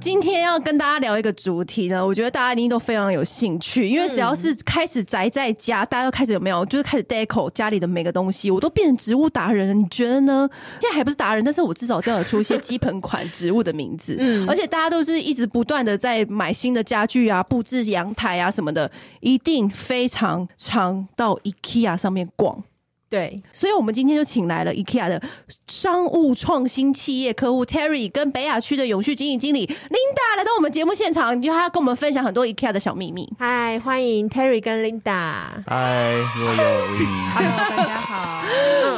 今天要跟大家聊一个主题呢，我觉得大家一定都非常有兴趣，因为只要是开始宅在家，大家都开始有没有，就是开始 deco 家里的每个东西，我都变成植物达人了。你觉得呢？现在还不是达人，但是我至少叫得出一些基本款植物的名字，嗯而且 大家都是一直不断的在买新的家具啊、布置阳台啊什么的，一定非常常到 IKEA 上面逛。对，所以我们今天就请来了 IKEA 的商务创新企业客户 Terry 跟北亚区的永续经营经理 Linda 来到我们节目现场，就他跟我们分享很多 IKEA 的小秘密。嗨，欢迎 Terry 跟 Linda。嗨，我有维尼。大家好，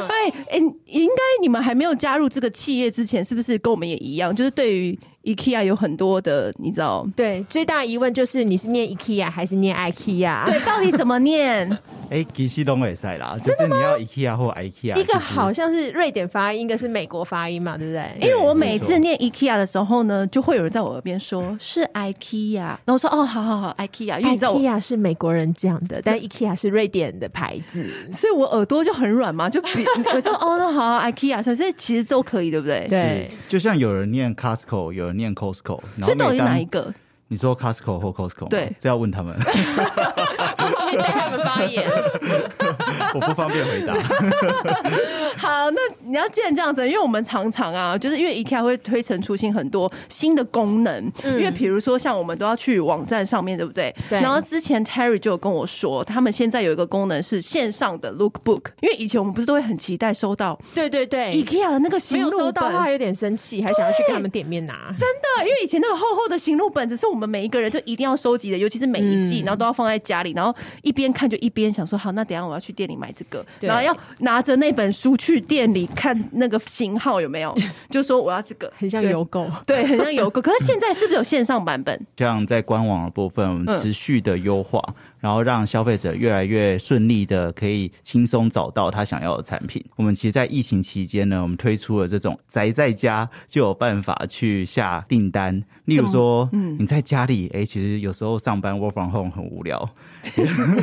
哎、哎，你应该你们还没有加入这个企业之前，是不是跟我们也一样，就是对于 IKEA 有很多的你知道？对，最大疑问就是你是念 IKEA 还是念 E IKEA？对，，到底怎么念？ 哎，其实都会赛啦，只是你要 IKEA 或啊 IKEA。一个好，像是瑞典发音，一个是美国发音嘛，对不对？因为我每次没错念 IKEA 的时候呢，就会有人在我耳边说是 IKEA，然后我说哦，好好好 IKEA，因为你知道我 IKEA 是美国人讲的，但 IKEA 是瑞典的牌子。所以我耳朵就很软嘛，就比 我说哦，那好、啊、，IKEA，所以其实都可以，对不对？对是就像有人念 Costco，有人念 Costco，然所后以到底每当哪一个？你说 Costco 或 Costco？吗对这要问他们， 后面带他们发言。我不方便回答。好，那你要既然这样子，因为我们常常啊，就是因为 IKEA 会推陈出新很多新的功能，因为比如说像我们都要去网站上面，对不对？嗯对然后之前 Terry 就有跟我说，他们现在有一个功能是线上的 Lookbook，因为以前我们不是都会很期待收到 对对对， IKEA 的那个行没有路收到本的话有点生气，还想要去跟他们店面 拿。真的，因为以前那个厚厚的行路本子是我们每一个人就一定要收集的，尤其是每一嗯季，然后都要放在家里，然后一边看就一边想说，好，那等一下我要去店里买这个，对然后要拿着那本书去店里看那个型号有 没有，就说我要这个，很像邮购，对，很像邮购。可是现在是不是有线上版本？ 像在官网的部分，我们嗯持续的优化，然后让消费者越来越顺利的可以轻松找到他想要的产品。我们其实，在疫情期间呢，我们推出了这种宅在家就有办法去下订单。例如说，你在家里，哎、其实有时候上班 work from home 很无聊，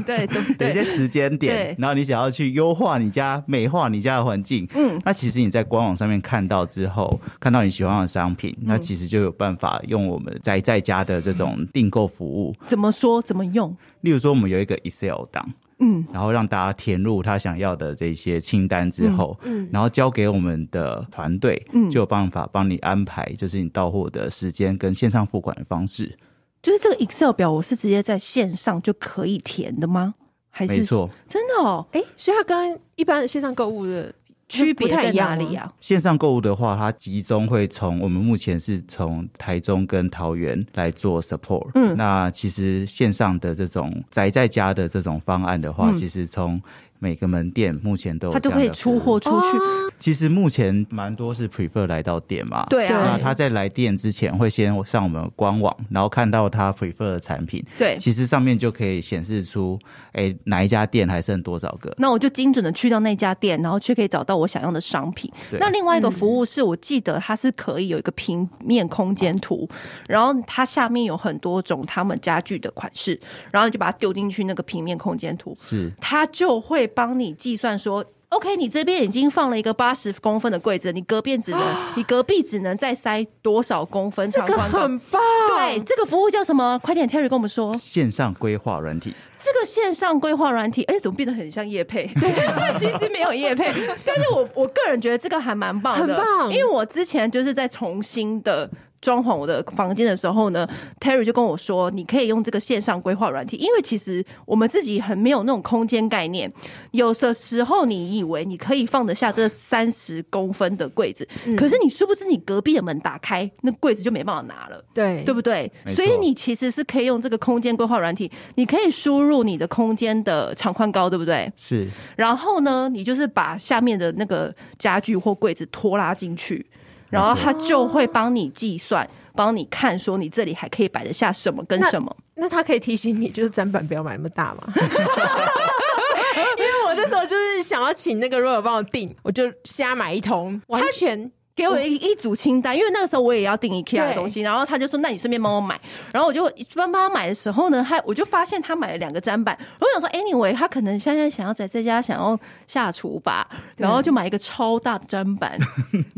对对有一对，些时间点对，然后你想要去优化你家、美化你家的环境，嗯，那其实你在官网上面看到之后，看到你喜欢的商品，那其实就有办法用我们宅在家的这种订购服务，怎么说怎么用？例如说我们有一个 Excel 档。嗯，然后让大家填入他想要的这些清单之后，嗯，然后交给我们的团队，嗯，就有办法帮你安排，就是你到货的时间跟线上付款的方式。就是这个 Excel 表，我是直接在线上就可以填的吗？还是没，错，真的哦，哎，所以它跟一般的线上购物的区别不太在一样哪吗里啊？线上购物的话，它集中会从我们目前是从台中跟桃园来做 support。嗯，那其实线上的这种宅在家的这种方案的话，其实从每个门店目前都有嗯它就这样可以的出服务货。出去，哦其实目前蛮多是 prefer 来到店嘛。。对啊那，他在来店之前会先上我们官网，然后看到他 prefer 的产品，对。其实上面就可以显示出，哎、哪一家店还剩多少个。那我就精准的去到那家店，然后却可以找到我想要的商品。对那另外一个服务是我记得它是可以有一个平面空间图，然后它下面有很多种他们家具的款式，然后你就把它丢进去那个平面空间图，是，它就会帮你计算说。OK，你这边已经放了一个八十公分的柜子，你隔壁只能，你隔壁只能再塞多少公分长宽高？ 棒，对，这个服务叫什么？快点，Terry 跟我们说。线上规划软体。这个线上规划软体，哎、怎么变得很像叶配？对，其实没有叶配，但是我我个人觉得这个还蛮棒的，很棒因为我之前就是在重新的。装潢我的房间的时候呢，Terry 就跟我说，你可以用这个线上规划软体，因为其实我们自己很没有那种空间概念，有的时候你以为你可以放得下这三十公分的柜子，嗯可是你殊不知你隔壁的门打开，那柜子就没办法拿了。对对不对？没所错以你其实是可以用这个空间规划软体，你可以输入你的空间的长宽高，对不对？是，然后呢，你就是把下面的那个家具或柜子拖拉进去，然后它就会帮你计算，帮你看说你这里还可以摆得下什么跟那什么。那他可以提醒你，就是砧板不要买那么大 嘛。因为我那时候就是想要请那个 r o y 帮我订，我就瞎买一通，完全给我一一组清单，因为那个时候我也要订 IKEA 的对东西，然后他就说：“那你顺便帮我买。”然后我就帮帮他买的时候呢，他我就发现他买了两个砧板，我想说，anyway，他可哎能现在想要宅在家，想要下厨吧，然后就买一个超大的砧板，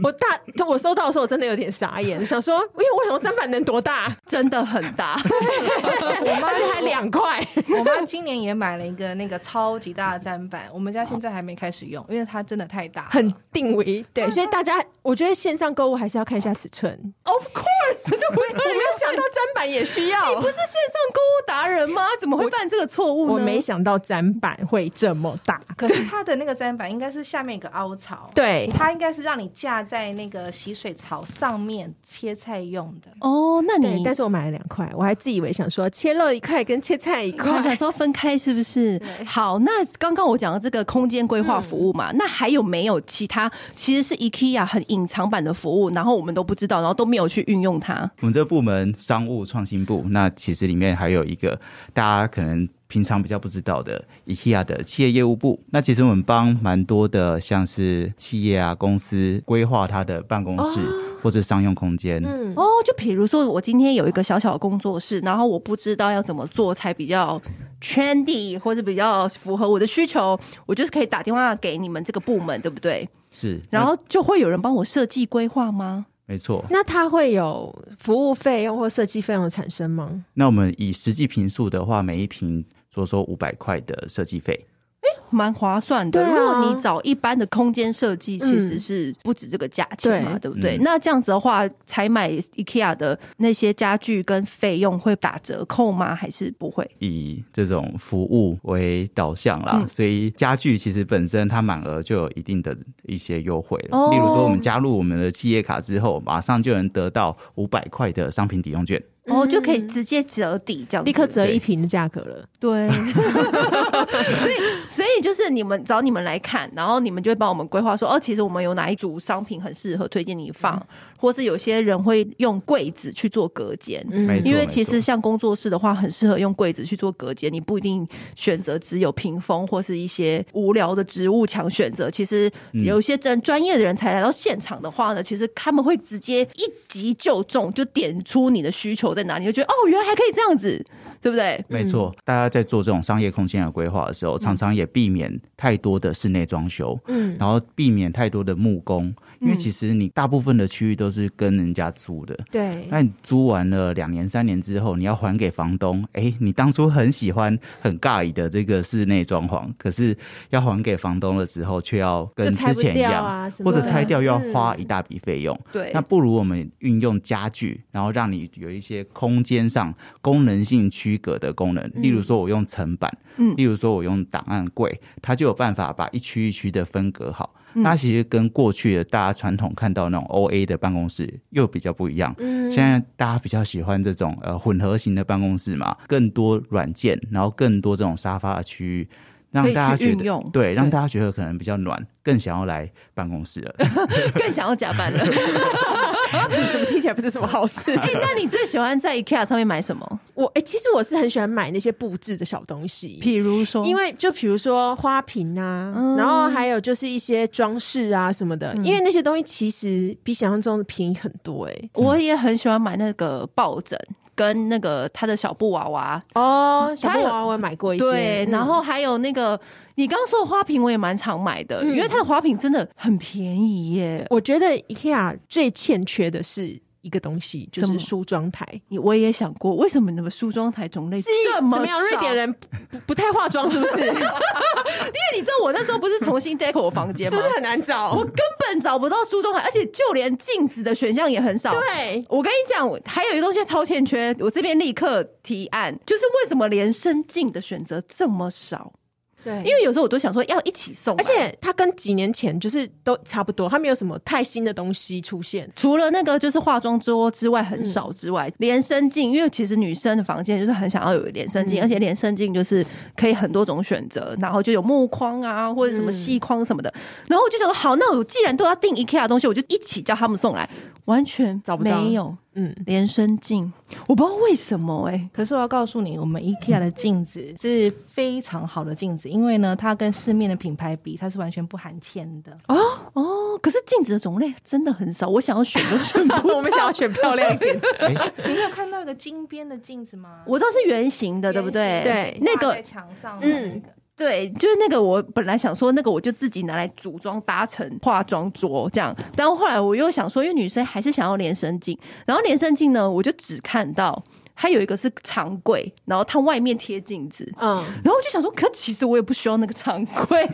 我大我收到的时候我真的有点傻眼，想说，因为我想说砧板能多大，真的很大，我妈而且还两块，我妈今年也买了一个那个超级大的砧板，我们家现在还没开始用，因为它真的太大了。很定位。 对，所以大家，我觉得线上购物还是要看一下尺寸。 Of course，都不我我没有想到砧板也需要，不是线上购物达人吗？怎么会犯这个错误呢？哎我没想到砧板会这么大。可是它的那个砧板应该是下面有个凹槽，，对，它应该是让你架在那个洗水槽上面切菜用的。哦，那对你，但是我买了两块，我还自以为想说切肉一块跟切菜一我想块，说分开是 不是？好，那刚刚我讲的这个空间规划服务嘛，嗯那还有没有其他其实是 IKEA 很隐藏版的服务，然后我们都不知道，然后都没有去运用它？我们这个部门商务创新部，那其实里面还有一个大家可能平常比较不知道的 IKEA 的企业业务部。那其实我们帮蛮多的，像是企业啊公司规划它的办公室、或者商用空间。嗯，哦，就比如说我今天有一个小小的工作室，然后我不知道要怎么做才比较 trendy 或者比较符合我的需求，我就是可以打电话给你们这个部门，对不对？是，然那后就会有人帮我设计规划吗？没错。那它会有服务费用或设计费用的产生吗？那我们以实际评数的话，每一瓶说说五百块的设计费。蛮划算的。对啊如果你找一般的空间设计，嗯其实是不止这个价钱嘛，对对不对？嗯那这样子的话，才买 IKEA 的那些家具跟费用会打折扣吗？还是不会？以这种服务为导向啦，嗯所以家具其实本身它满额就有一定的一些优惠了。哦例如说，我们加入我们的企业卡之后，马上就能得到五百块的商品抵用券。哦，就可以直接折抵，这样嗯子立刻折一瓶的价格了。 对。所以，所以就是你们找你们来看，然后你们就会帮我们规划说，哦，其实我们有哪一组商品很适合推荐你嗯放，或是有些人会用柜子去做隔间，没嗯错，因为其实没错像工作室的话，很适合用柜子去做隔间，你不一定选择只有屏风或是一些无聊的植物墙选择。其实嗯有一些真专业的人才来到现场的话呢，其实他们会直接一击就中，就点出你的需求在哪里，你就觉得哦，原来还可以这样子，对不对？没错，大家在做这种商业空间的规划的时候，常常也避免太多的室内装修，嗯，然后避免太多的木工，因为嗯其实你大部分的区域都是跟人家租的，对，那你租完了两年、三年之后，你要还给房东，哎、你当初很喜欢、很尬意的这个室内装潢，可是要还给房东的时候，却要跟就拆之不前一掉样，啊，什么或者的拆掉又要花嗯一大笔费用。对那不如我们运用家具，然后让你有一些空间上功能性区隔的功能，例嗯如说我用层板，嗯例如说我用档案柜，它就有办法把一区一区的分隔好。嗯那其实跟过去的大家传统看到那种 O A 的办公室又比较不一样。嗯现在大家比较喜欢这种呃混合型的办公室嘛，更多软件，然后更多这种沙发的区域，让可以大家去觉运得用对，让对大家觉得可能比较暖，更想要来办 公室了。更想要加班了。 什么听起来不是什么好事。哎、那你最喜欢在 IKEA 上面买什么？ 我哎、其实我是很喜欢买那些布置的小东西，比如说，因为就比如说花瓶啊，嗯然后还有就是一些装饰啊什么的，因为那些东西其实比想象中的便宜很多哎、我也很喜欢买那个抱枕跟那个他的小布娃娃，哦，小它布有娃娃我也买过一些，对，嗯然后还有那个你刚刚说的花瓶，我也蛮常买的，因为它的花瓶真的很便宜耶。我觉得 IKEA 最欠缺的是一个东西，就什么是梳妆台。你我也想过，为什么你们梳妆台种类是这么怎么样？少瑞典，人不不不太化妆是 不是？是因为你知道我那时候不是重新 deco 我房间 不吗？是很难找我？根本找不到梳妆台，而且就连镜子的选项也很少。。对，我跟你讲，我还有一个东西超欠缺，我这边立刻提案，就是为什么连身镜的选择这么少？对，因为有时候我都想说要一起送来，而且它跟几年前就是都差不多，它没有什么太新的东西出现。除了那个就是化妆桌之外很少之外，连身镜，因为其实女生的房间就是很想要有连身嗯镜，而且连身镜就是可以很多种选择，然后就有木框啊或者嗯什么细框什么的。然后我就想说，好，那我既然都要订 IKEA 的东西，我就一起叫他们送来，完全找不到没有嗯，连身镜，我不知道为什么哎、可是我要告诉你，我们 IKEA 的镜子是非常好的镜子，因为呢，它跟市面的品牌比，它是完全不含铅的。哦，可是镜子的种类真的很少，我想要选都选不 我们想要选漂亮一点，你没有看到一个金边的镜子吗？我知道是圆形的，对不对？圆形的那挂个在墙上，嗯嗯，对，就是那个我本来想说那个我就自己拿来组装搭成化妆桌这样，但后来我又想说，因为女生还是想要连身镜，然后连身镜呢，我就只看到它有一个是长柜，然后它外面贴镜子。 嗯，然后我就想说，可其实我也不需要那个长柜。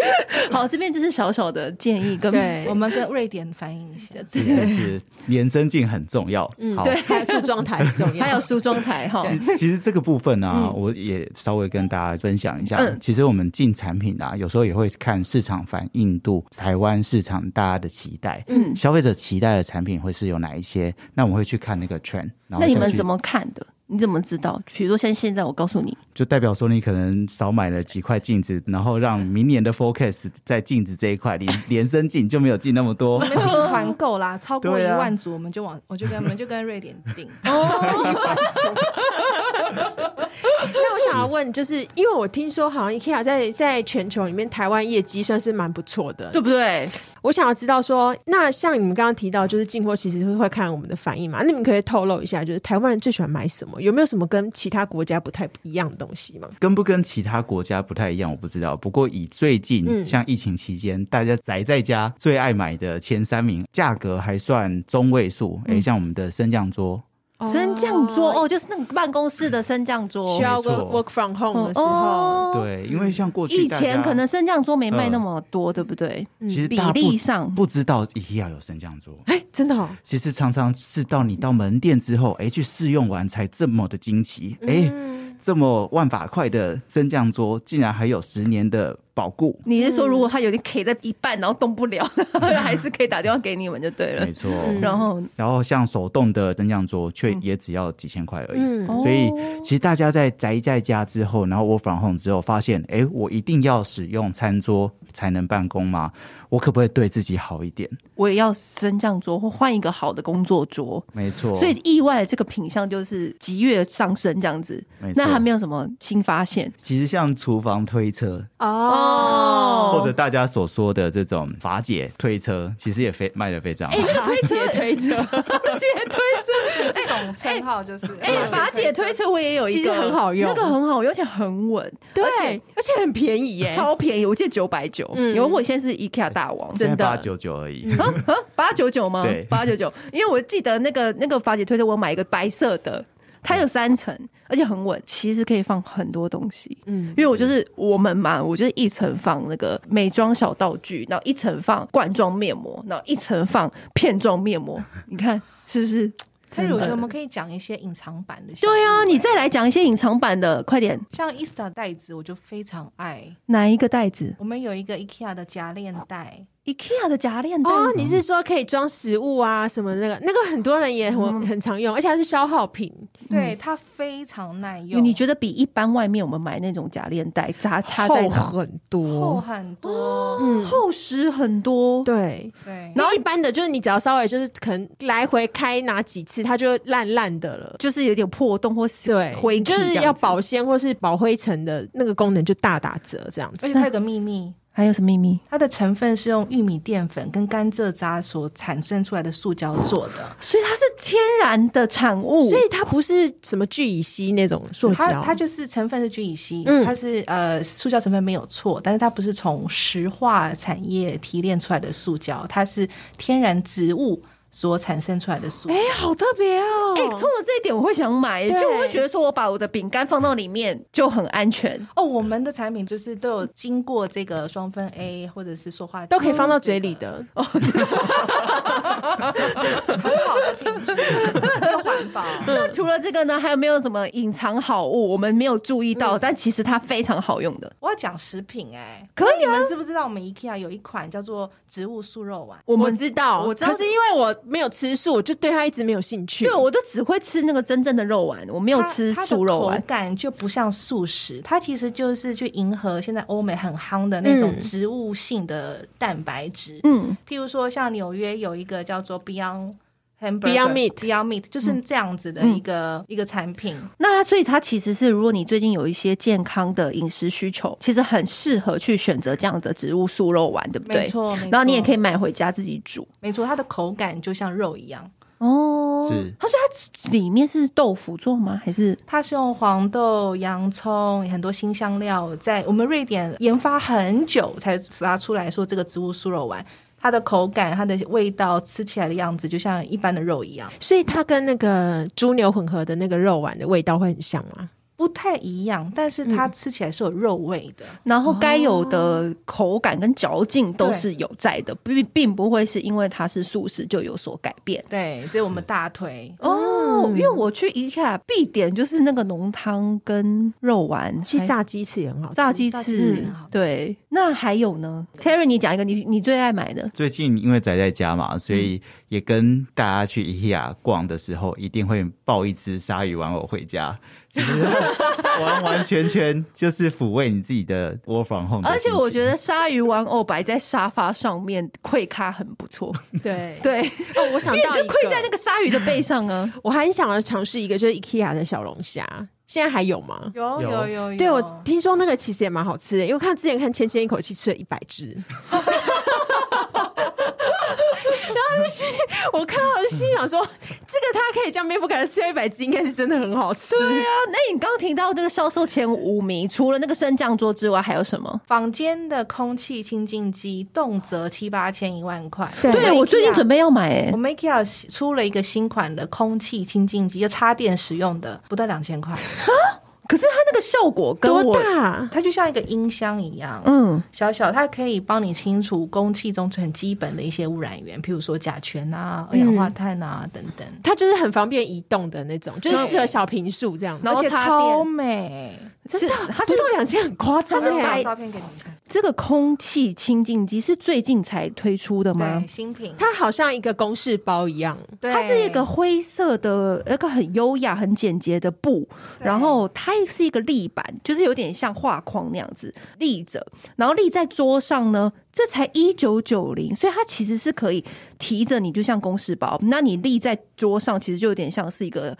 好，这边就是小小的建议跟对我们跟瑞典反映一下，这件事延伸镜很重要。嗯，好，对，还有梳妆台很重要，还有梳妆台哈， 其实这个部分呢、啊我也稍微跟大家分享一下。嗯其实我们进产品啊，有时候也会看市场反应度、台湾市场大家的期待，嗯消费者期待的产品会是有哪一些？那我们会去看那个 trend，然后那你们再去怎么看的？你怎么知道？比如说像现在我告诉你，就代表说你可能少买了几块镜子，然后让明年的 forecast 在镜子这一块连连身镜就没有进那么 多我。们订团购 啦，超过一对啊万组，我们就往，我就跟我们就跟瑞典 订。 那我想要问，就是因为我听说好像 IKEA 在在全球里面，台湾业绩算是蛮不错的。对，不对？我想要知道说，那像你们刚刚提到，就是进货其实是会看我们的反应嘛？那你们可以透露一下，就是台湾人最喜欢买什么？有没有什么跟其他国家不太一样的东西吗？跟不跟其他国家不太一样，我不知道。不过以最近、嗯像疫情期间，大家宅在家最爱买的前三名，价格还算中位数。嗯诶、像我们的升降桌，升降桌哦，就是那种办公室的升降桌需。要哦没错 work work from 哦 home 的时候，对，因为像过去以大前家嗯可能升降桌没卖那么多，对不对？其实比大部例上不知道 IKEA 有升降桌。哎，真的哦，其实常常是到你到门店之后，哎，去试用完才这么的惊奇，哎、嗯这么万把块的升降桌，竟然还有十年的保固。你是说，如果它有点 K 在一半，然后动不了， 还是可以打电话给你们就对了没。错，然后然后像手动的升降桌，却也只要几千块而已。嗯所以哦其实大家在宅在家之后，然后我 from home 之后，发现，哎，我一定要使用餐桌才能办公吗？我可不可以对自己好一点？我也要升降桌，或换一个好的工作桌。没错，所以意外的这个品相就是急跃上升这样子没，错那还没有什么新发现其实像厨房推车，哦，或者大家所说的这种法姐推车，其实也非卖的非常哎好。他 姐推车，姐推车，这种称号就是，哎、法姐推车我也有一个，其实很好用那个很好用，而且很稳，对，而且很便宜耶，超便宜，我记得九百九，嗯因为我现在是 IKEA 大王，真的嗯八九九而已。八九九吗对？八九九，因为我记得那个那个法姐推车，我买一个白色的，它嗯有三层，而且很稳，其实可以放很多东西。嗯嗯，因为我就是我们嘛，我就是一层放那个美妆小道具，然后一层放罐装面膜，然后一层放片状面膜，你看是不 是？但是我觉得我真的们可以讲一些隐藏版的。对啊，你再来讲一些隐藏版的，快点，像 Easter 袋子，我就非常爱。哪一个袋子我们有一个 IKEA 的夹链袋， ？IKEA 的夹链袋哦，你是说可以装食物啊什么那个那个很多人也很、很常用，而且它是消耗品。对它非常耐用。嗯你觉得比一般外面我们买那种夹链袋扎插在厚哪很厚多，很 多？嗯，厚实很多？对。对，然后一般的就是你只要稍微就是可能来回开拿几次，它就烂烂的了。就是有点破洞或是对，灰，就是要。保鲜或是保灰尘的那个功能就大打折这样而子。且它有个秘密，还有什么秘密？它的成分是用玉米淀粉跟甘蔗渣所产生出来的塑胶做的。所以它是天然的产物，所以它不是什么聚乙烯那种塑它胶，它就是成分是聚乙烯，嗯它是呃塑胶成分没有错，但是它不是从石化产业提炼出来的塑胶，它是天然植物所产生出来的塑胶。哎，好特别哦！哎、冲了这一点我会想买，对就我会觉得说我把我的饼干放到里面就很安全。哦，我们的产品就是都有经过这个双酚 A 或者是塑化剂，嗯都可以放到嘴里的，很好的品质， 又环保。那除了这个呢，还有没有什么隐藏好物我们没有注意到，但其实它非常好用的？我要讲食品哎、可以啊你们知不知道我们 IKEA 有一款叫做植物素肉丸？我们知道，我知道可是因为我没有吃素，我就对它一直没有兴趣。对，我都只会吃那个真正的肉丸，我没有它吃它的素肉口丸。感就不像素食，它其实就是去迎合现在欧美很夯的那种嗯植物性的蛋白质。嗯，譬如说，像纽约有一个叫做 Beyond hamburger Meat Beyond Meat 嗯就是这样子的一个、一个产品。那它所以它其实是，如果你最近有一些健康的饮食需求，其实很适合去选择这样的植物素肉丸，对不对？没错，没错然后你也可以，买回家自己煮没错，它的口感就像肉一样，哦是它所以它里面是豆腐做吗？还是它是用黄豆、洋葱、很多新香料，在我们瑞典研发很久才发出来说这个植物酥肉丸，它的口感、它的味道、吃起来的样子就像一般的肉一样，所以它跟那个猪牛混合的那个肉丸的味道会很像吗？不太一样，但是它吃起来是有肉味的。然后该有的口感跟嚼劲都是有在的，并并不会是因为它是素食就有所改变。对，这是我们大腿。哦，因为我去宜家必点就是那个浓汤跟肉丸，其实还哎炸鸡翅也很好吃，炸鸡炸鸡翅翅很好吃，对。那还有呢，Terry，你讲一个你你最爱买的最近因为宅在家嗯嘛，所以也跟大家去 IKEA 逛的时候，一定会抱一只鲨鱼玩偶回家，就是完完全全就是抚慰你自己的窝房 home 的而心情。且我觉得鲨鱼玩偶摆在沙发上面，溃咖很不错。 对对，哦，我想因为到就一溃在那个鲨鱼的背上 啊。我还想要尝试一个，就是 IKEA 的小龙虾，现在还有吗？有有有有有，对，我听说那个其实也蛮好吃的，因为我看之前看芊芊一口气吃了一百只， 然后就是我看到我就心想说，这个他可以这样面不改的吃掉一百只，应该是真的很好吃。对啊，那你刚提到这个销售前五名，除了那个升降桌之外，还有什么？房间的空气清净机动辄七八千一万块。对对我最近准备。备要买诶、我们 IKEA 出了一个新款的空气清净机，要插电使用的，不到两千块。可是它那个效果跟多我大？它就像一个音箱一样，嗯，小小，它可以帮你清除空气中很基本的一些污染源，譬如说甲醛啊、二氧化碳啊、等等。它就是很方便移动的那种，就是适合小平数这样子。然后而且插电超美，真的，它它是是到两千很夸张我欸，拿照片给你们看。这个空气清净机是最近才推出的吗对，？新品，它好像一个公式包一样，对它是一个灰色的，呃一个很优雅、很简洁的布，对然后它是一个立板，就是有点像画框那样子立着，然后立在桌上呢，这才一九九零，所以它其实是可以提着你，就像公事包，那你立在桌上，其实就有点像是一个。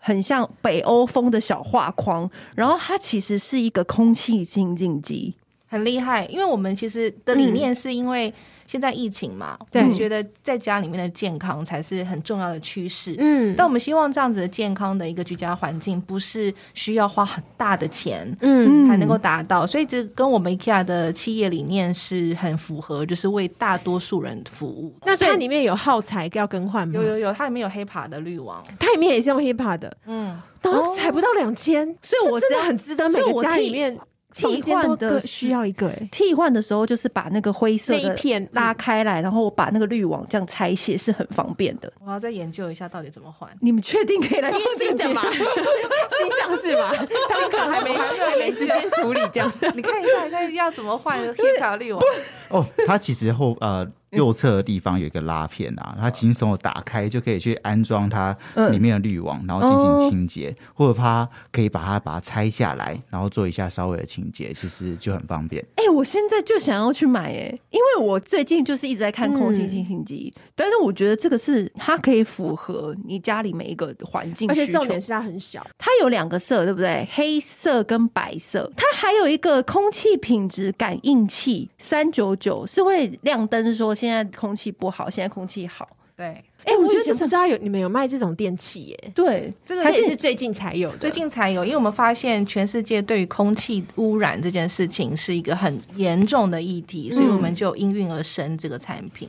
很像北欧风的小画框，然后它其实是一个空气清净机，很厉害，因为我们其实的理念是因为现在疫情嘛，对我们觉得在家里面的健康才是很重要的趋势。嗯但我们希望这样子的健康的一个居家环境，不是需要花很大的钱嗯，才能够达到，所以这跟我们 IKEA 的企业理念是很符合，就是为大多数人服务。那所以它里面有耗材要更换吗有？有有，它里面有黑爬的滤网，它里面也是用 HIPA 的，嗯，然后才不到两千，所以我这真只的要很值得每所以个我家替里面替房间都换的各是需要一个哎。替换的时候，就是把那个灰色那的一片嗯拉开来，然后我把那个滤网这样拆卸，是很方便的。我要再研究一下到底怎么换。 你们确定可以来做这个节目？ 新上市嘛，他们可能还没还没时间处理 这样。 你看一下，你看要怎么 换黑爬滤网？哦，它其实后呃右侧的地方有一个拉片啊，它轻松的打开就可以去安装它嗯里面的滤网，然后进行清洁，或者它可以把它把它拆下来，然后做一下稍微的清洁，其实就很方便。哎、我现在就想要去买哎、因为我最近就是一直在看空气清新机，嗯但是我觉得这个是它可以符合你家里每一个环境而且需求重点是它很小，它有两个色，对不对？黑色跟白色。它还有一个空气品质感应器，三九九是会亮灯说现在空气不好，现在空气好。对，哎、我觉得这以前不是知道有你们有卖这种电器耶，对，这个还是是最近才有的。最近才有，因为我们发现全世界对于空气污染这件事情是一个很严重的议题，所以我们就应运而生这个产品。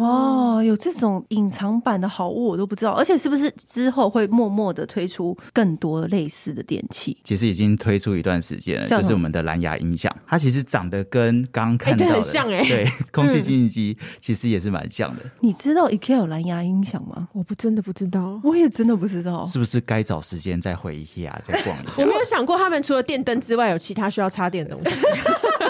哇，哦有这种隐藏版的好物我都不知道，而且是不是之后会默默的推出更多类似的电器？其实已经推出一段时间了，叫什么就是我们的蓝牙音响，它其实长得跟刚刚看哎对到的、很像哎对，空气净机其实也是蛮像的，你知道 IKEA 有蓝牙音响吗？我不真的不知道，我也真的不知道。哦是不是该找时间再回 IKEA 再逛一下 我？没有想过他们除了电灯之外有其他需要插电的东西。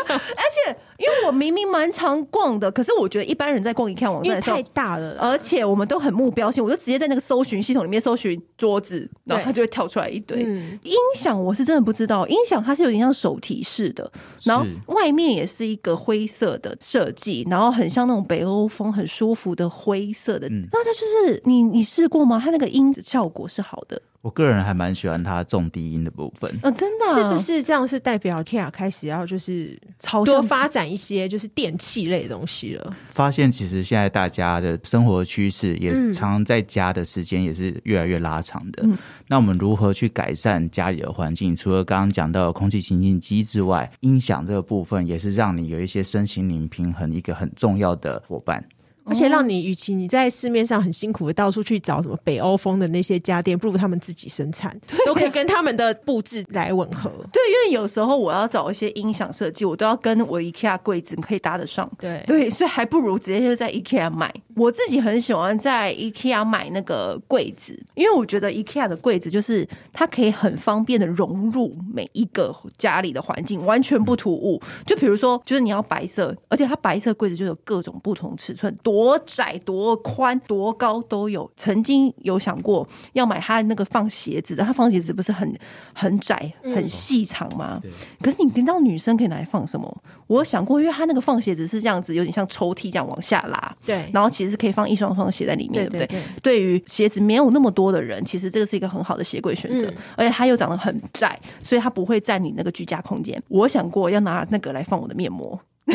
而且因为我明明蛮常逛的，可是我觉得一般人在逛一看网因站为的时候太。大了啦。而且我们都很目标性，我就直接在那个搜寻系统里面搜寻桌子，然后它就会跳出来一堆。嗯，音响我是真的不知道，音响它是有点像手提式的，然后外面也是一个灰色的设计，然后很像那种北欧风，很舒服的灰色的。嗯然后它就是你你试过吗？它那个音效果是好的，我个人还蛮喜欢它重低音的部分。呃，真的啊、是不是这样是代表 Kia 开始要就是超多像发展一些就是电器类的东西了？发现其实现在大家的生活趋势也嗯常常在家的时间也是越来越拉长的。嗯那我们如何去改善家里的环境？除了刚刚讲到的空气清净机之外，音响这个部分也是让你有一些身心灵平衡一个很重要的伙伴。而且让你，与其你在市面上很辛苦的到处去找什么北欧风的那些家电，不如他们自己生产，都可以跟他们的布置来吻合。对，因为有时候我要找一些音响设计，我都要跟我 IKEA 柜子可以搭得上。对对，所以还不如直接就在 IKEA 买。我自己很喜欢在 IKEA 买那个柜子，因为我觉得 IKEA 的柜子就是它可以很方便的融入每一个家里的环境，完全不突兀。就比如说，就是你要白色，而且它白色柜子就有各种不同尺寸，多窄、多宽、多高都有。曾经有想过要买它那个放鞋子的，它放鞋子不是很很窄、很细长吗？可是你听到女生可以拿来放什么？我有想过，因为它那个放鞋子是这样子，有点像抽屉这样往下拉，对，然后其实是可以放一双双鞋在里面，对不对对？对对于鞋子没有那么多的人，其实这个是一个很好的鞋柜选择，嗯而且它又长得很窄，所以它不会占你那个居家空间。我想过要拿那个来放我的面膜，你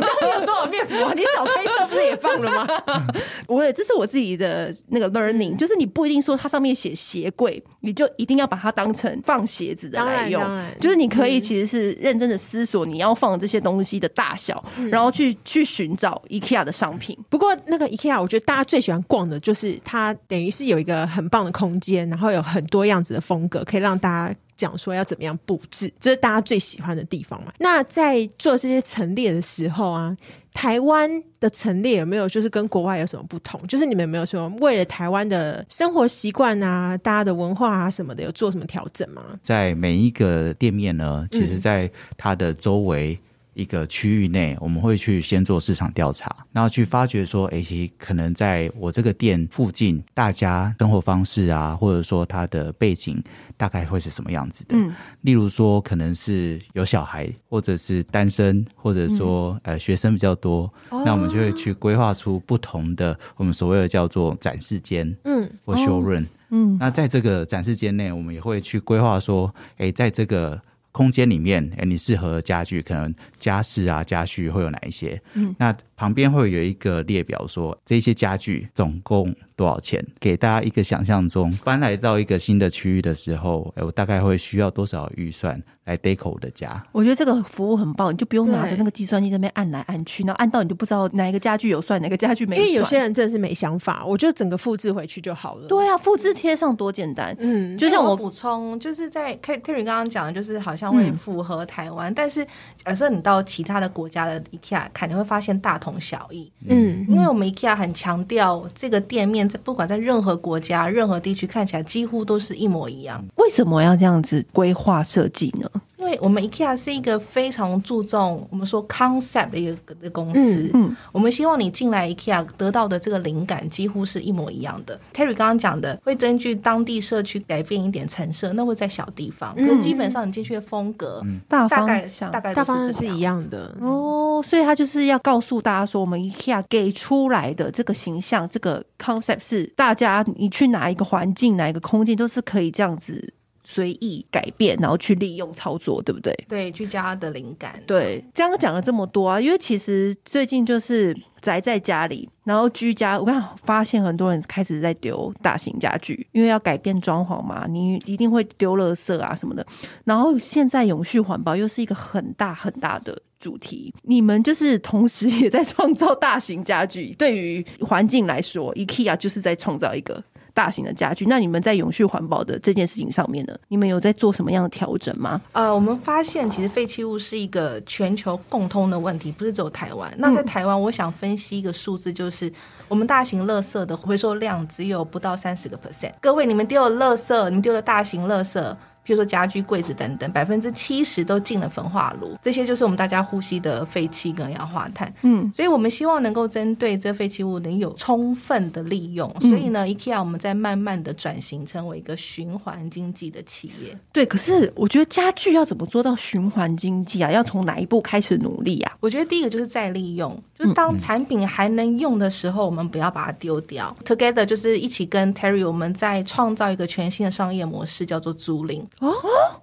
到底有多少面膜啊？你小推车不是也放了吗？我也这是我自己的那个嗯 learning，、就是你不一定说它上面写鞋柜，你就一定要把它当成放鞋子的 当然来用当然，嗯就是你可以其实是认真的思索你要放这些东西的大小，嗯然后去去寻找 IKEA 的商品。不过那个 IKEA，我觉得大家最喜欢逛的就是它，等于是有一个很棒的空间，然后有很多样子的风格，可以让大家。讲说要怎么样布置，这是大家最喜欢的地方嘛？那在做这些陈列的时候啊，台湾的陈列有没有就是跟国外有什么不同？就是你们有没有说为了台湾的生活习惯啊、大家的文化啊什么的，有做什么调整吗？在每一个店面呢，其实在它的周围一个区域内，我们会去先做市场调查，然后去发掘说，诶，其实可能在我这个店附近，大家生活方式啊，或者说它的背景大概会是什么样子的。嗯例如说，可能是有小孩，或者是单身，或者说、呃学生比较多，那我们就会去规划出不同的我们所谓的叫做展示间，嗯，或 showroom。嗯，那在这个展示间内，我们也会去规划说，哎、在这个空间里面，哎、你适合的家具，可能家饰啊、家具会有哪一些？嗯，那旁边会有一个列表说这些家具总共多少钱，给大家一个想象中，搬来到一个新的区域的时候，哎、我大概会需要多少预算来 deco 我的家？我觉得这个服务很棒，你就不用拿着对那个计算机在那边按来按去，然后按到你就不知道哪一个家具有算，哪个家具没因算。为有些人真的是没想法，我就整个复制回去就好了。，对啊，复制贴上多简单，嗯，就像我啊我补充，就是在 K- Terry 刚刚讲的，就是好像会嗯符合台湾，但是假设你到其他的国家的 IKEA 看，你会发现大同小异。嗯，因为我们 IKEA 很强调这个店面，在不管在任何国家、任何地区，看起来几乎都是一模一样。为什么要这样子规划设计呢？因为我们 IKEA 是一个非常注重我们说 concept 的一个的公司，嗯嗯我们希望你进来 IKEA 得到的这个灵感几乎是一模一样的。Terry 刚刚讲的，会根据当地社区改变一点陈设，那会在小地方，可是基本上你进去的风格、大大方概向嗯大概大都方向这是个一样子。样的。哦，所以他就是要告诉大家说，我们 IKEA 给出来的这个形象、这个 concept 是大家你去哪一个环境、哪一个空间都是可以这样子随意改变，然后去利用操作，对不对？对，居家的灵感，对，刚刚讲了这么多啊，因为其实最近就是宅在家里，然后居家，我刚发现很多人开始在丢大型家具，因为要改变装潢嘛，你一定会丢垃圾啊什么的。然后现在永续环保又是一个很大很大的。主题，你们就是同时也在创造大型家具。对于环境来 说，IKEA 啊就是在创造一个大型的家具。那你们在永续环保的这件事情上面呢，你们有在做什么样的调整吗？呃，我们发现其实废弃物是一个全球共通的问题，不是只有台湾。那在台湾，我想分析一个数字，就是我们大型垃圾的回收量只有不到三十个 percent。各位，你们丢了垃圾，你们丢了大型垃圾，譬如说家居、柜子等等，百分之七十都进了焚化炉，这些就是我们大家呼吸的废气跟二氧化碳。嗯，所以我们希望能够针对这废弃物能有充分的利用，所以呢，IKEA 我们在慢慢的转型成为一个循环经济的企业。对。可是我觉得家具要怎么做到循环经济啊？要从哪一步开始努力啊？我觉得第一个就是再利用，嗯就是当产品还能用的时候，我们不要把它丢掉。Together 就是一起跟 Terry 我们在创造一个全新的商业模式，叫做租赁。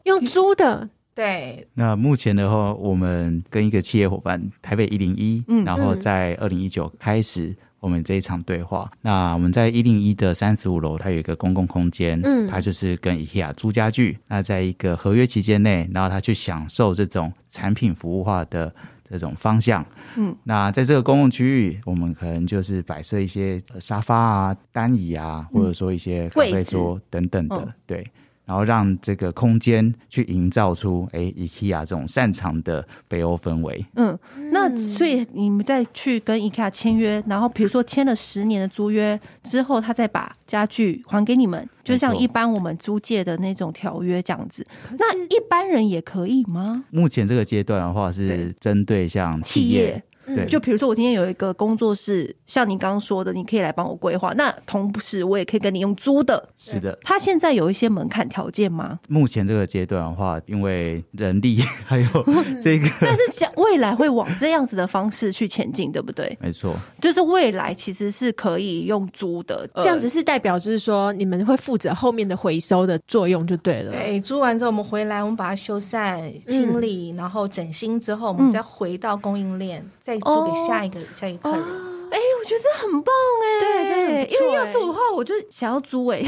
用租的，对，那目前的话，我们跟一个企业伙伴台北一零一，然后在二零一九开始我们这一场对话。那我们在一零一的三十五楼，它有一个公共空间，嗯它就是跟 IKEA 租家具。那在一个合约期间内，然后他去享受这种产品服务化的。这种方向，嗯，那在这个公共区域，我们可能就是摆设一些呃沙发啊、单椅啊，或者说一些咖啡位置桌等等的，嗯对。然后让这个空间去营造出哎 IKEA 这种擅长的北欧氛围。嗯，那所以你们再去跟 IKEA 签约，然后比如说签了十年的租约之后，他再把家具还给你们，就像一般我们租借的那种条约这样子。那一般人也可以吗？目前这个阶段的话是对针对像企业，对嗯就比如说我今天有一个工作室，像你刚刚说的，你可以来帮我规划。那同时我也可以跟你用租的，是的。它现在有一些门槛条件吗？目前这个阶段的话，因为 人力还有这个，嗯但是想未来会往这样子的方式去前进，对不对？没错，就是未来其实是可以用租的，呃这样子是代表就是说你们会负责后面的回收的作用就对了。对，租完之后我们回来，我们把它修缮、清理，然后整新之后，我们再回到供应链，哦再租给下一个、下一个客人。哎、我觉得这很棒对哎、这很不错因为要哎是我的话，我就想要租哎、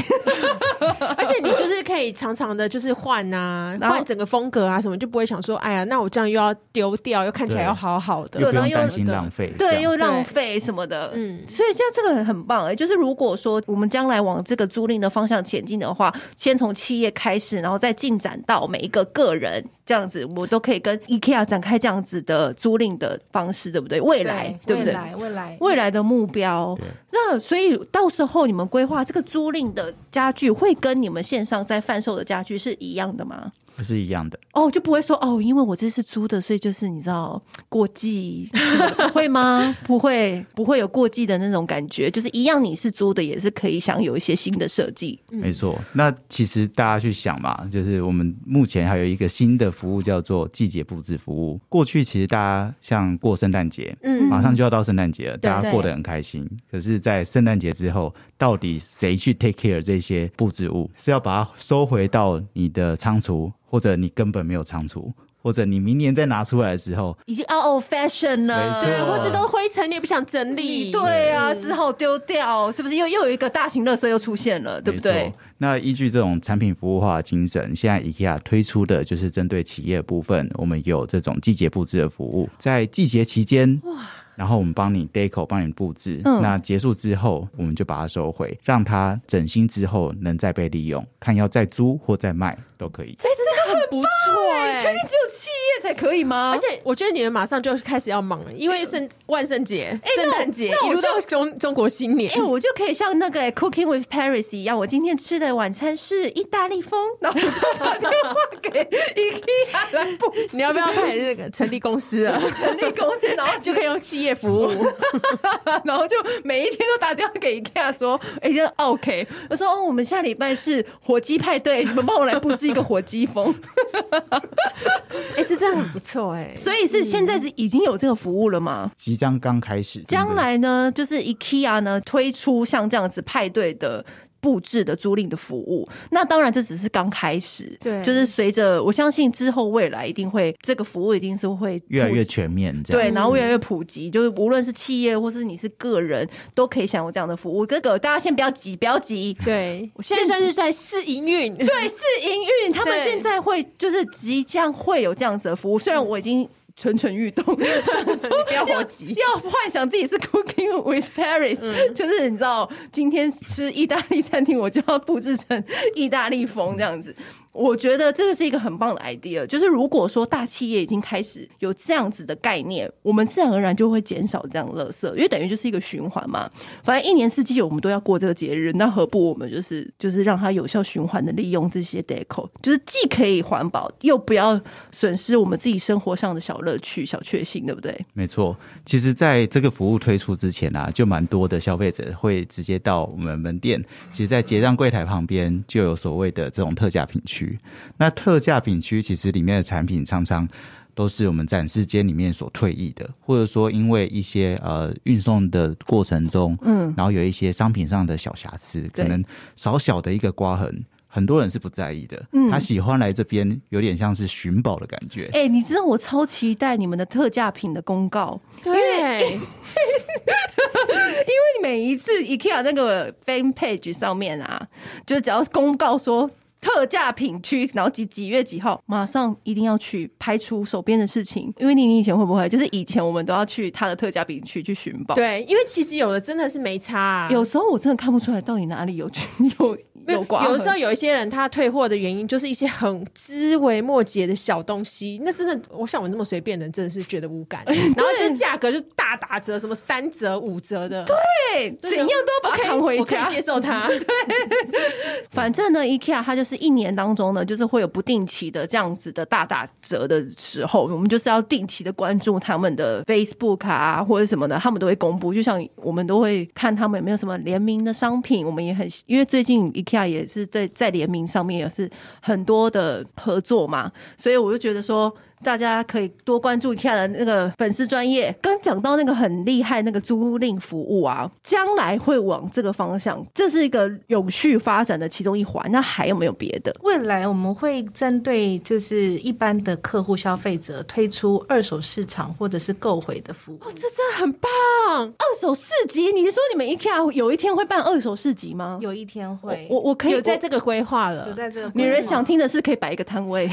而且你就是可以常常的，就是换 啊，然后换整个风格啊，什么就不会想说，哎呀，那我这样又要丢掉，又看起来对要好好的，又不呃然用后又担心浪费。这对，样又浪费什么的，嗯。嗯，所以像这个很棒哎、就是如果说我们将来往这个租赁的方向前进的话，先从企业开始，然后再进展到每一个个人，这样子我都可以跟 IKEA 展开这样子的租赁的方式，对不对？未来对不未对？来，未来，未来的目标对。那所以到时候你们规划这个租赁的家具，会跟你们线上在贩售的家具是一样的吗？不是一样的，哦，就不会说哦，因为我这是租的，所以就是你知道过季 什么的会吗？不会，不会有过季的那种感觉，就是一样，你是租的也是可以享有一些新的设计。没错。那其实大家去想嘛，就是我们目前还有一个新的服务叫做季节布置服务。过去其实大家像过圣诞节，嗯马上就要到圣诞节了，对大家过得很开心。可是，在圣诞节之后，到底谁去 take care 这些布置物？是要把它收回到你的仓储，或者你根本没有仓储，或者你明年再拿出来的时候，已经 out of fashion 了，没错对，或是都灰尘，你也不想整理，对啊，只好丢掉，是不是？又又有一个大型垃圾又出现了，对不没对错？？那依据这种产品服务化的精神，现在 IKEA 推出的就是针对企业的部分，我们有这种季节布置的服务，在季节期间，然后我们帮你 deco，帮你布置。嗯那结束之后，我们就把它收回，让它整新之后能再被利用，看要再租或再卖都可以。很不错哎、确定只有企业才可以吗？而且我觉得你们马上就开始要忙了，因为圣万圣节、圣诞节那一我路到中中国新年哎、，我就可以像那个、Cooking 哎 with Paris 一样，我今天吃的晚餐是意大利风，然后我就打电话给 IKEA 来布置你哎要不要开始那个成立公司 了？成立公司，然后就可以用企业服务，然后就每一天都打电话给 IKEA 说，哎、这 OK，我说哦，我们下礼拜是火鸡派对，你们帮我来布置一个火鸡风。 哎，这真的很不错哎。所以是现在是已经有这个服务了吗？即将刚开始，将真的来呢，就是 IKEA 呢推出像这样子派对的。布置的租赁的服务，那当然这只是刚开始，对就是随着我相信之后未来一定会这个服务一定是会越来普越嗯及全面，这样对，然后越来越普及，就是无论是企业或是你是个人，都可以享有这样的服务。哥哥，大家先不要急，不要急。对，现在算是在试营运，对，是营运，他们对现在会就是即将会有这样子的服务。虽然我已经蠢蠢 欲动，想说不要猴急要要幻想自己是 Cooking with Paris，、就是嗯你知道今天吃意大利餐厅，我就要布置成意大利风这样子。我觉得这个是一个很棒的 idea，就是如果说大企业已经开始有这样子的概念，我们自然而然就会减少这样的垃圾，因为等于就是一个循环嘛。反正一年四季我们都要过这个节日，那何不我们就是就是让它有效循环的利用这些 deco，就是既可以环保，又不要损失我们自己生活上的小乐趣、小确幸，对不对？没错，其实在这个服务推出之前啊，就蛮多的消费者会直接到我们门店，其实，在结账柜台旁边就有所谓的这种特价品区。那特价品区其实里面的产品常常。都是我们展示间里面所退役的，或者说因为一些呃运送的过程中，嗯，然后有一些商品上的小瑕疵，可对能少小的一个刮痕，很多人是不在意的。嗯，他喜欢来这边，有点像是寻宝的感觉。哎、你知道我超期待你们的特价品的公告，对，因为每一次 IKEA 那个 fan page 上面啊，就是只要公告说特价品区，然后几几月几号，马上一定要去排除手边的事情。因为你你以前会不会？就是以前我们都要去他的特价品区去寻宝。。 对，因为其实有的真的是没差、啊，有时候我真的看不出来到底哪里有去 有没有刮有痕的时候有一些人他退货的原因就是一些很枝微末节的小东西，那真的，我想我那么随便的人真的是觉得无感，然后就价格就大打折，什么三折五折的，对，对怎样都要把它扛回我可以家。接受它， 反正呢，IKEA 它就是一年当中呢，就是会有不定期的这样子的大打折的时候，我们就是要定期的关注他们的 Facebook 啊或者什么的，他们都会公布。就像我们都会看他们有没有什么联名的商品，我们也很因为最近 IKEA 也是在在联名上面也是很多的合作嘛，所以我就觉得说。大家可以多关注一下的那个粉丝专业。刚讲到那个很厉害那个租赁服务啊，将来会往这个方向，这是一个永续发展的其中一环。那还有没有别的？未来我们会针对就是一般的客户消费者推出二手市场或者是购回的服务。 哦这真的很棒，二手市集？你是说你们 IKEA 有一天会办二手市集吗？有一天会，我我可以有在我这个规划了有，在这个女人想听。听的是可以摆一个摊 位，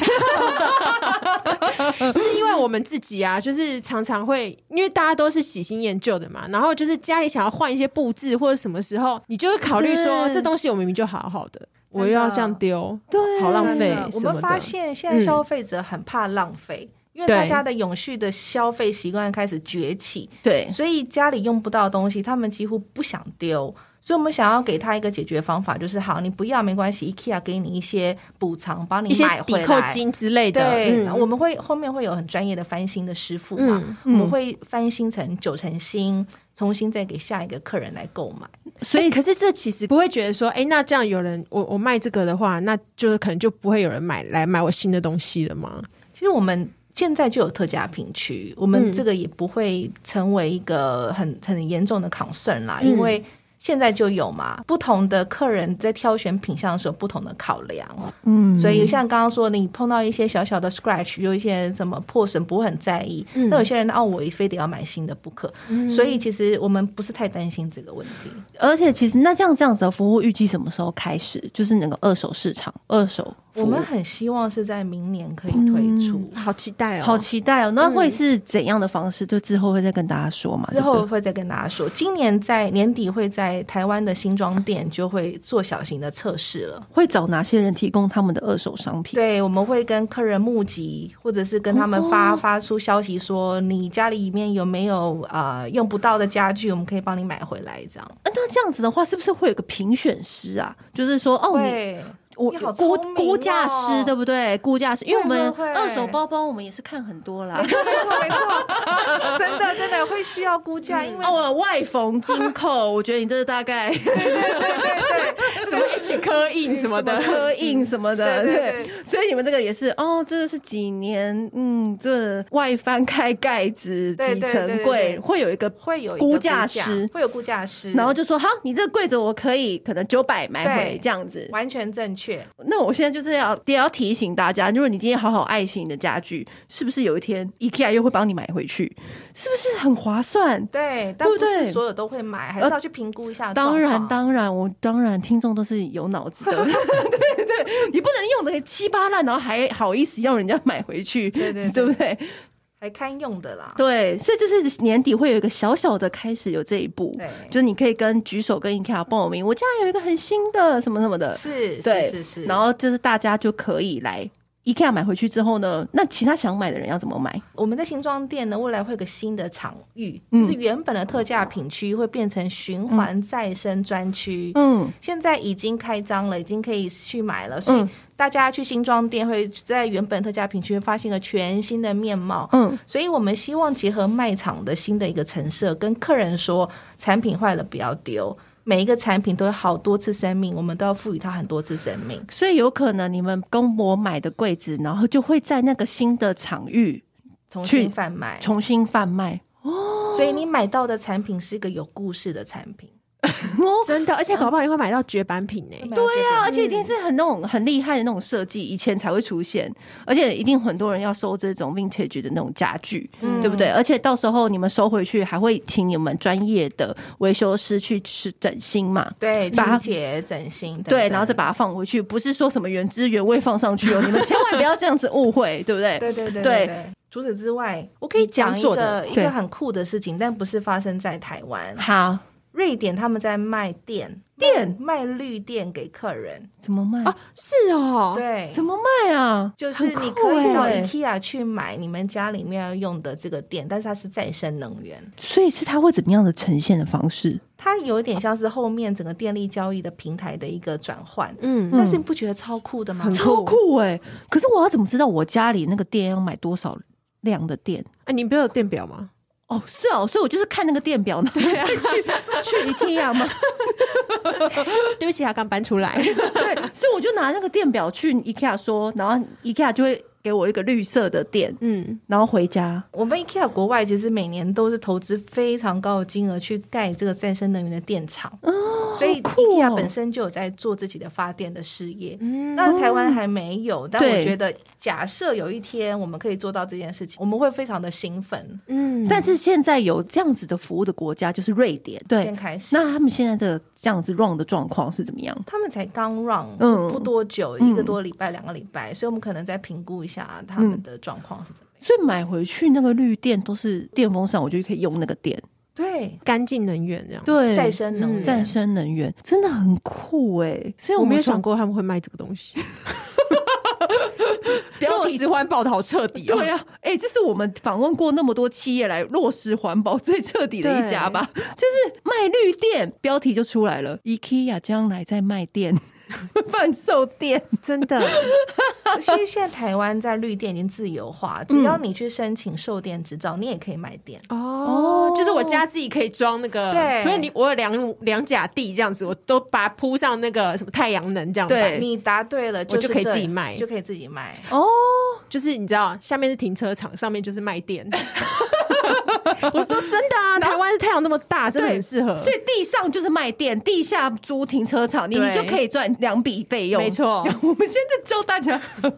不是因为我们自己啊，就是常常会，因为大家都是喜新厌旧的嘛，然后就是家里想要换一些布置或者什么时候，你就会考虑说对这东西我明明就好好的，真我的又要这样丢，对好浪真费的我什们么发的。嗯现现在消费者很怕浪费，因为对大家的永续的消费习惯开始崛起，对所以家里用不到的东西，他们几乎不想丢。所以我们想要给他一个解决方法，就是好，你不要没关系，IKEA 给你一些补偿，帮你一些买抵回扣来。金之类的，对，嗯我们会后面会有很专业的翻新的师傅嘛，嗯，我们会翻新成九成新，重新再给下一个客人来购买。所以、可是这其实不会觉得说，哎、那这样有人我我卖这个的话，那就是可能就不会有人买来买我新的东西了吗？其实我们现在就有特价评区，我们嗯这个也不会成为一个很很严重的 concern 啦，嗯因为。现在就有嘛，不同的客人在挑选品相的时候有不同的考量，嗯所以像刚刚说，你碰到一些小小的 scratch，有一些人什么破损不会很在意，嗯那有些人哦，我非得要买新的不可，所以其实我们不是太担心这个问题。而且其实那这样这样子的服务预计什么时候开始？就是那个二手市场，二手服务我们很希望是在明年可以嗯推出，好期待哦！好期待哦。那会是怎样的方式？就之后会再跟大家说嘛。嗯之对后不对会再跟大家说，今年在年底会在台湾的新庄店就会做小型的测试了。会找哪些人提供他们的二手商品？对，我们会跟客人募集，或者是跟他们发、发出消息说，你家里面有没有呃用不到的家具，我们可以帮你买回来这样。呃那这样子的话，是不是会有个评选师啊？就是说，哦，你对，我你好估聪明哦估价师对不对？估价师，因为我们会会二手包包我们也是看很多啦 没。错没错没错，真的真的会需要估价，因为 哦，我外缝金 扣，我觉得你这大概对对对对对，什么 H 科印什么的，刻印什么的，对对对所以你们这个也是哦，这个是几年，嗯，这外翻开盖子对几对对层对柜对会有一个会有一个估价价师会有估价师，然后就说好，你这个柜子我可以可能九百买回对这样子。完全正确。那我现在就是要也要提醒大家，如果你今天好好爱惜你的家具，是不是有一天 IKEA 又会帮你买回去？是不是很划算？对，但对不不是对所有都会买，还呃是要去评估一下状当况。然，当然，我当然，听众都是有脑子的， 对对，你不能用的七八烂，然后还好意思要人家买回去，对对对对不对？还堪用的啦。对，所以这是年底会有一个小小的开始，有这一步，对，就是你可以跟举手跟 IKEA 报名，我家有一个很新的什么什么的，是，对是是是。然后就是大家就可以来 IKEA 买回去之后呢，那其他想买的人要怎么买？我们在新庄店呢，未来会有个新的场域，嗯就是原本的特价品区会变成循环再生专区。嗯，现在已经开张了，已经可以去买了，所以嗯大家去新庄店会在原本特价品区会发现一个全新的面貌。嗯，所以我们希望结合卖场的新的一个陈设，跟客人说产品坏了不要丢，每一个产品都有好多次生命，我们都要赋予它很多次生命。所以有可能你们跟我买的柜子，然后就会在那个新的场域重去新贩卖，重新贩卖。所以你买到的产品是一个有故事的产品。真的，而且搞不好你会买到绝版品呢、对啊，而且一定是很那种很厉害的那种设计，以前才会出现，而且一定很多人要收这种 vintage 的那种家具，嗯对不对？而且到时候你们收回去，还会请你们专业的维修师去去整新嘛。对，把它清洁、整形等等，对，然后再把它放回去，不是说什么原汁原味放上去 哦，你们千万不要这样子误会，对不对？对对对对对对。除此之外，我可以讲一做个的一对个很酷的事情，但不是发生在台湾，好，瑞典他们在卖电电卖绿电给客人，怎么卖？哦，是哦，对，啊怎么卖啊？就是很你酷可以到欸 IKEA 去买你们家里面要用的这个电，但是它是再生能源，所以是它会怎么样的呈现的方式？它有一点像是后面整个电力交易的平台的一个转换。嗯，但是你不觉得超酷的吗很？超酷酷哎、可是我要怎么知道我家里那个电要买多少量的电？啊，你不是有电表吗？哦，是哦，所以我就是看那个电表，然后再去、 去 IKEA 嘛。对不起，他啊刚搬出 来。对，所以我就拿那个电表去 IKEA 说，然后 IKEA 就会给我一个绿色的电，嗯，然后回家。我们 IKEA 国外其实每年都是投资非常高的金额去盖这个再生能源的电厂，所以好酷哦 IKEA 本身就有在做自己的发电的事业。嗯那台湾还没有，但对我觉得假设有一天我们可以做到这件事情，我们会非常的兴奋。嗯但是现在有这样子的服务的国家就是瑞典，对先。开始，那他们现在的这样子 run 的状况是怎么样？他们才刚 run 嗯不多久，嗯嗯一个多礼拜、两个礼拜，所以我们可能再评估一下他们的状况是怎么样。所以买回去那个绿电都是电风扇，我就可以用那个电。对，干净能源这样。对再生能嗯源，再生能源真的很酷哎、所以我没有从想，过他们会卖这个东 西，标落题实环保的好彻底哦。对啊，哎、这是我们访问过那么多企业来落实环保最彻底的一家吧，就是卖绿电，标题就出来了，IKEA 将来在卖电， 贩售电，真的，其实现在台湾在绿电已经自由化，嗯只要你去申请售电执照，你也可以买电。哦，就是我家自己可以装那个，对所以你我有两两甲地这样子，我都把它铺上那个什么太阳能这样对板，你答对了，就是可以这自己卖就可以自己卖。哦就是你知道下面是停车场，上面就是卖 店。我说真的啊，台湾的太阳那么大，真的很适合。所以地上就是卖电，地下租停车场，你对就可以赚两笔费用，没错 我们现在教大家什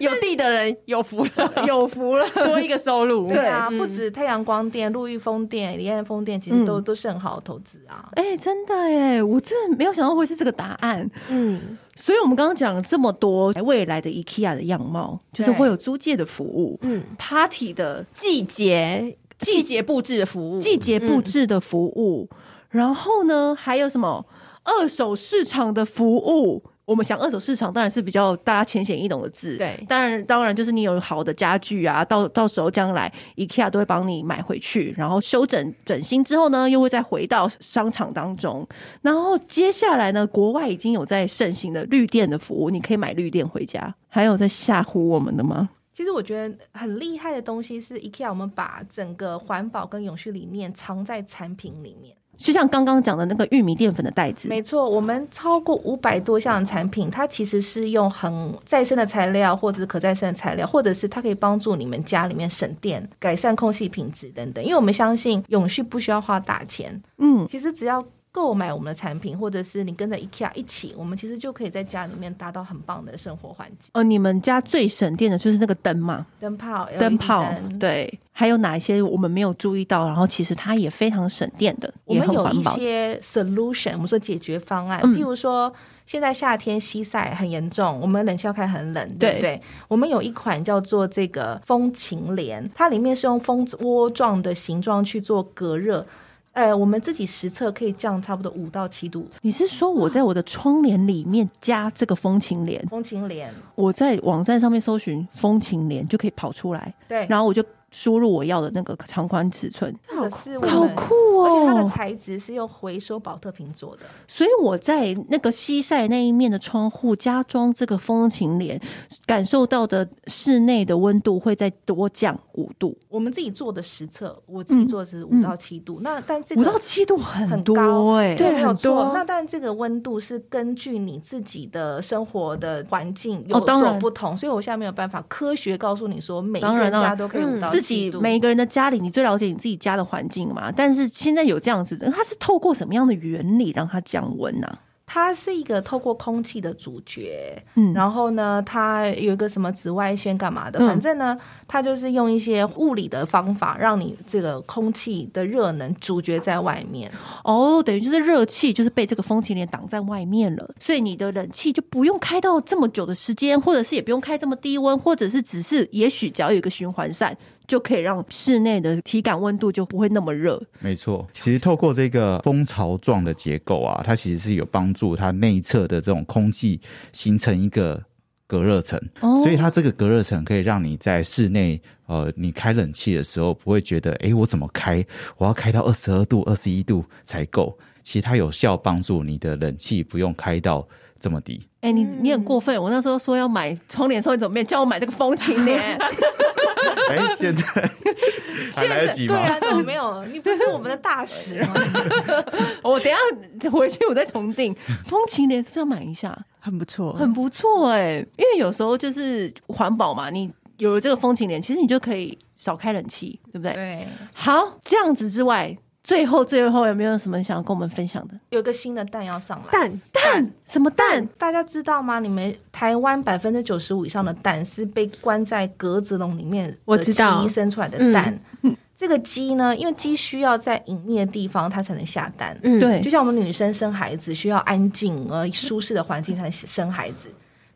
有地的人有福了，么有福 了，多一个收入。对啊，嗯不止太阳光电、陆域风电、离岸风电，其实嗯都、都是很好的投资啊。哎、真的哎，我真的没有想到会是这个答案。嗯，所以我们刚刚讲了这么多未来的 IKEA 的样貌，就是对会有租借的服务，嗯，party 的季节季节布置的服务，季节布置的服务，然后呢，还有什么二手市场的服务？我们想二手市场当然是比较大家浅显易懂的字，对当然当然就是你有好的家具啊，到到时候将来 IKEA 都会帮你买回去，然后修整整新之后呢，又会再回到商场当中。然后接下来呢，国外已经有在盛行的绿电的服务，你可以买绿电回家。还有在吓唬我们的吗？其实我觉得很厉害的东西是 IKEA，我们把整个环保跟永续理念藏在产品里面。就像刚刚讲的那个玉米淀粉的袋子，没错，我们超过五百多项的产品，它其实是用很再生的材料，或者是可再生的材料，或者是它可以帮助你们家里面省电、改善空气品质等等。因为我们相信永续不需要花大钱，嗯，其实只要购买我们的产品，或者是你跟着 IKEA 一起，我们其实就可以在家里面达到很棒的生活环境。哦，你们家最省电的就是那个灯嘛，灯泡、LED 灯泡灯，对，还有哪一些我们没有注意到？然后其实它也非常省电的，我也们很有环一保。些 solution，我们说解决方案，嗯譬如说。现在夏天西晒很严重，我们冷气要开很冷，对对不对？我们有一款叫做这个风琴帘，它里面是用蜂窝状的形状去做隔热，呃，我们自己实测可以降差不多五到七度。你是说我在我的窗帘里面加这个风情帘？风琴帘，我在网站上面搜寻风情帘就可以跑出来，对，然后我就输入我要的那个长宽尺寸，这个是我好们，酷而且它的哦！材质是用回收保特瓶做的。所以我在那个西晒那一面的窗户加装这个风情帘，感受到的室内的温度会再多降五度，我们自己做的实测，我自己做的是五到七度。那但这嗯个五到七度很很高多哎、对，没有很错多。那但这个温度是根据你自己的生活的环境哦有当所然不同，所以我现在没有办法科学告诉你说每一当个然人当家然嗯都可以五到自七己度。每一个人的家里，你最了解你自己家的环境嘛。但是现在有这样子的，它是透过什么样的原理让它降温呢、啊它是一个透过空气的主角，嗯，然后呢，它有一个什么紫外线干嘛的，嗯反正呢，它就是用一些物理的方法，让你这个空气的热能主角在外面。哦，等于就是热气就是被这个风琴帘挡在外面了，所以你的冷气就不用开到这么久的时间，或者是也不用开这么低温，或者是只是也许只要有一个循环扇。就可以让室内的体感温度就不会那么热，没错，其实透过这个蜂巢状的结构啊，它其实是有帮助它内侧的这种空气形成一个隔热层，哦所以它这个隔热层可以让你在室内，呃，你开冷气的时候不会觉得，诶，我怎么开？我要开到二十二度、二十一度才够。其实它有效帮助你的冷气不用开到这么低。哎、你你很过嗯分！我那时候说要买窗帘的时候，你怎么没叫我买这个风琴帘？哎、现 在还来得及对吗？啊，怎么没有？你不是我们的大使吗？哦我等一下回去我再重定。风琴帘是不是要买一下？很不错，很不错哎、因为有时候就是环保嘛，你有了这个风情帘，其实你就可以少开冷气， 对不对？对。好，这样子之外，最后最后有没有什么想要跟我们分享的？有一个新的蛋要上来。蛋蛋什么蛋？大家知道吗？你们台湾百分之九十五以上的蛋是被关在格子笼里面，我知道嗯鸡生出来的蛋。这个鸡呢，因为鸡需要在隐秘的地方它才能下蛋，嗯对就像我们女生生孩子需要安静而舒适的环境才能生孩子。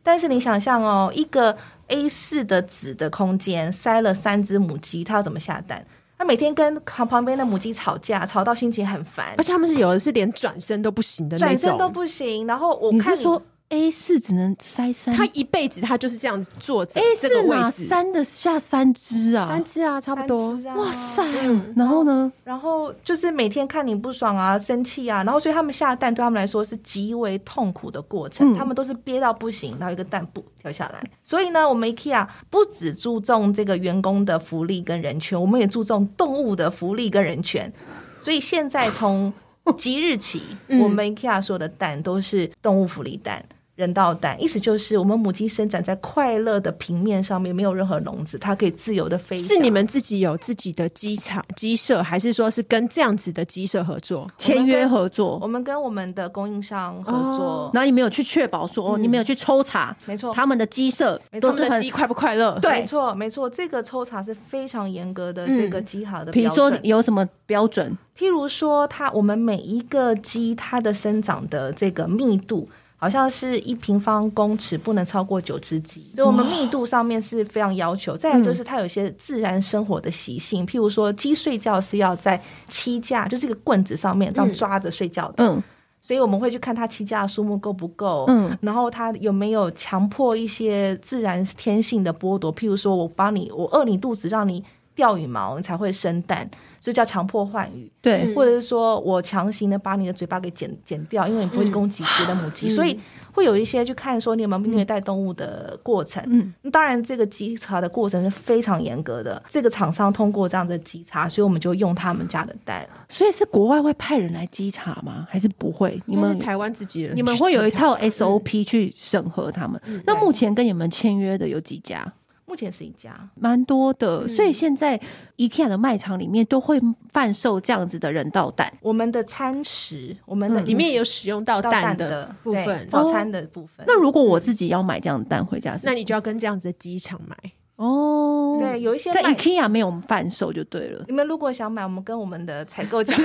但是你想象哦，一个 A 四的纸的空间塞了三只母鸡，它要怎么下蛋？它每天跟旁旁边的母鸡吵架，吵到心情很烦而，且他哦们是有的是连转身都不行的那转种，身都不行。然后我你看是说 A 四只能塞三？他一辈子他就是这样子坐着 A 这个四位拿置，三的下三只啊？三只啊，差不多三。只啊哇塞！嗯然后呢？然后就是每天看你不爽啊、生气啊，然后所以他们下蛋对他们来说是极为痛苦的过嗯程，他们都是憋到不行，然后一个蛋不掉下来。所以呢，我们 IKEA 不只注重这个员工的福利跟人权，我们也注重动物的福利跟人权。所以现在从即日起，嗯我们 IKEA 所有的蛋都是动物福利蛋。人道蛋，意思就是我们母鸡生长在快乐的平面上面，没有任何笼子，它可以自由的飞翔。是你们自己有自己的机场鸡舍，还是说是跟这样子的鸡舍合作？签约合我作，们跟我们的供应商合作，哦然后你没有去确保说，哦你没嗯有去抽查没错，他们的鸡舍没错都他是们的鸡很，快不快乐？对没错，没错，这个抽查是非常严格的嗯这个鸡好的比标如说准。有什么标准？譬如说它，我们每一个鸡它的生长的这个密度。好像是一平方公尺不能超过九只鸡，所以我们密度上面是非常要求。再来嗯就是它有一些自然生活的习性，譬如说鸡睡觉是要在栖架，就是一个棍子上面这样抓着睡觉的。嗯所以我们会去看它栖架的数目够不够，嗯，然后它有没有强迫一些自然天性的剥夺，譬如说我帮你，我饿你肚子，让你掉羽毛，你才会生蛋，所以叫强迫换羽，对，或者是说我强行的把你的嘴巴给剪剪掉，因为你不会攻击别的母鸡，所以会有一些去看说你有没有虐待动物的过程。嗯，那当然，这个稽查的过程是非常严格的，这个厂商通过这样的稽查，所以我们就用他们家的蛋。所以是国外会派人来稽查吗？还是不会？你你们们是台湾自己人，嗯你们会有一套 SOP 去审核他们？那目前跟你们签约的有几家？嗯目前是一家，蛮多的，所以现在 IKEA 的卖场里面都会贩售这样子的人造蛋。我们的餐食，我们的里面有使用到哦到蛋的部对分，早餐的部分。那如果我自己要买这样的蛋回家是，那你就要跟这样子的机场 买。哦，对，有一些但卖 IKEA 没有贩售就对了。你们如果想买，我们跟我们的 采购讲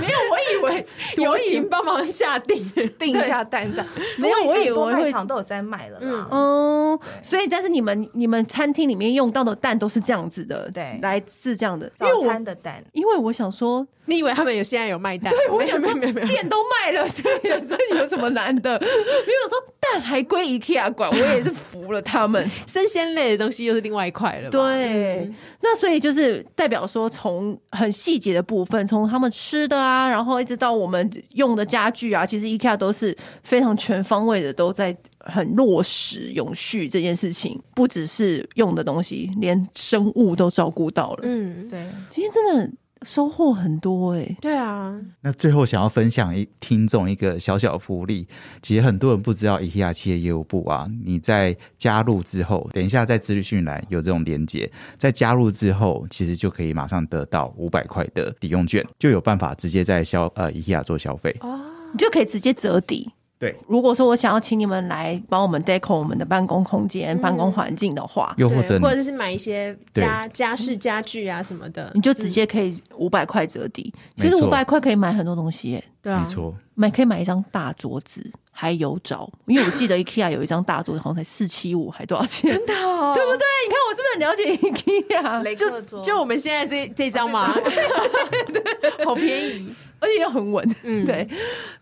没有，我以为友情帮忙 下定，订一下单子， 没有不过我以现在很多为卖会场都有在卖了啦。哦，所以但是你们你们餐厅里面用到的蛋都是这样子的，对来自这样的，因为早我餐的蛋，因为我想说，你以为他们有现在有卖蛋？对，我没有想没说有没有没 有，店都卖了，这也是有什么难的？没有说蛋还归 IKEA 管，我也是服了他们。嗯生鲜类的东西又是另外一块了吧。对，那所以就是代表说，从很细节的部分，从他们吃的啊，然后一直到我们用的家具啊，其实 IKEA 都是非常全方位的，都在很落实永续这件事情，不只是用的东西，连生物都照顾到了。嗯，对，今天真的收获很多哎、对啊，那最后想要分享一听众一个小小福利，其实很多人不知道 IKEA 企业业务部啊，你在加入之后，等一下在资讯栏有这种连接，在加入之后，其实就可以马上得到五百块的抵用券，就有办法直接在消呃 IKEA 做消费。哦你就可以直接折抵。对，如果说我想要请你们来帮我们 deco 我们的办公空间、办公环境的话，又或者对你或者是买一些家家饰家具啊什么的你，就直接可以五百块折抵。其没实错五百块可以买很多东西耶，对没啊，错，买可以买一张大桌子，还有找，因为我记得 IKEA 有一张大桌子好像才四七五，还多少钱？真的、对不对？你看我是不是很了解 IKEA？ 雷克就桌就我们现在这这张嘛， 好便宜。而且又很稳，嗯对。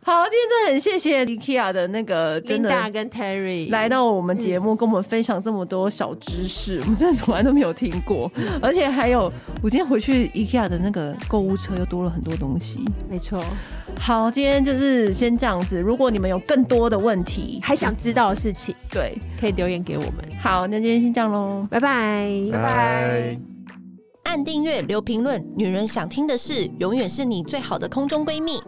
好，今天真的很谢谢 IKEA 的那个真的 Linda 跟 Terry 来到我们节目，跟我们分享这么多小知识，我们真的从来都没有听过。而且还有，我今天回去 IKEA 的那个购物车又多了很多东西。没错。好，今天就是先这样子。如果你们有更多的问题，还想知道的事情，对，可以留言给我们。好，那今天先这样喽。拜拜。拜拜。按订阅，留评论，女人想听的事，永远是你最好的空中闺蜜。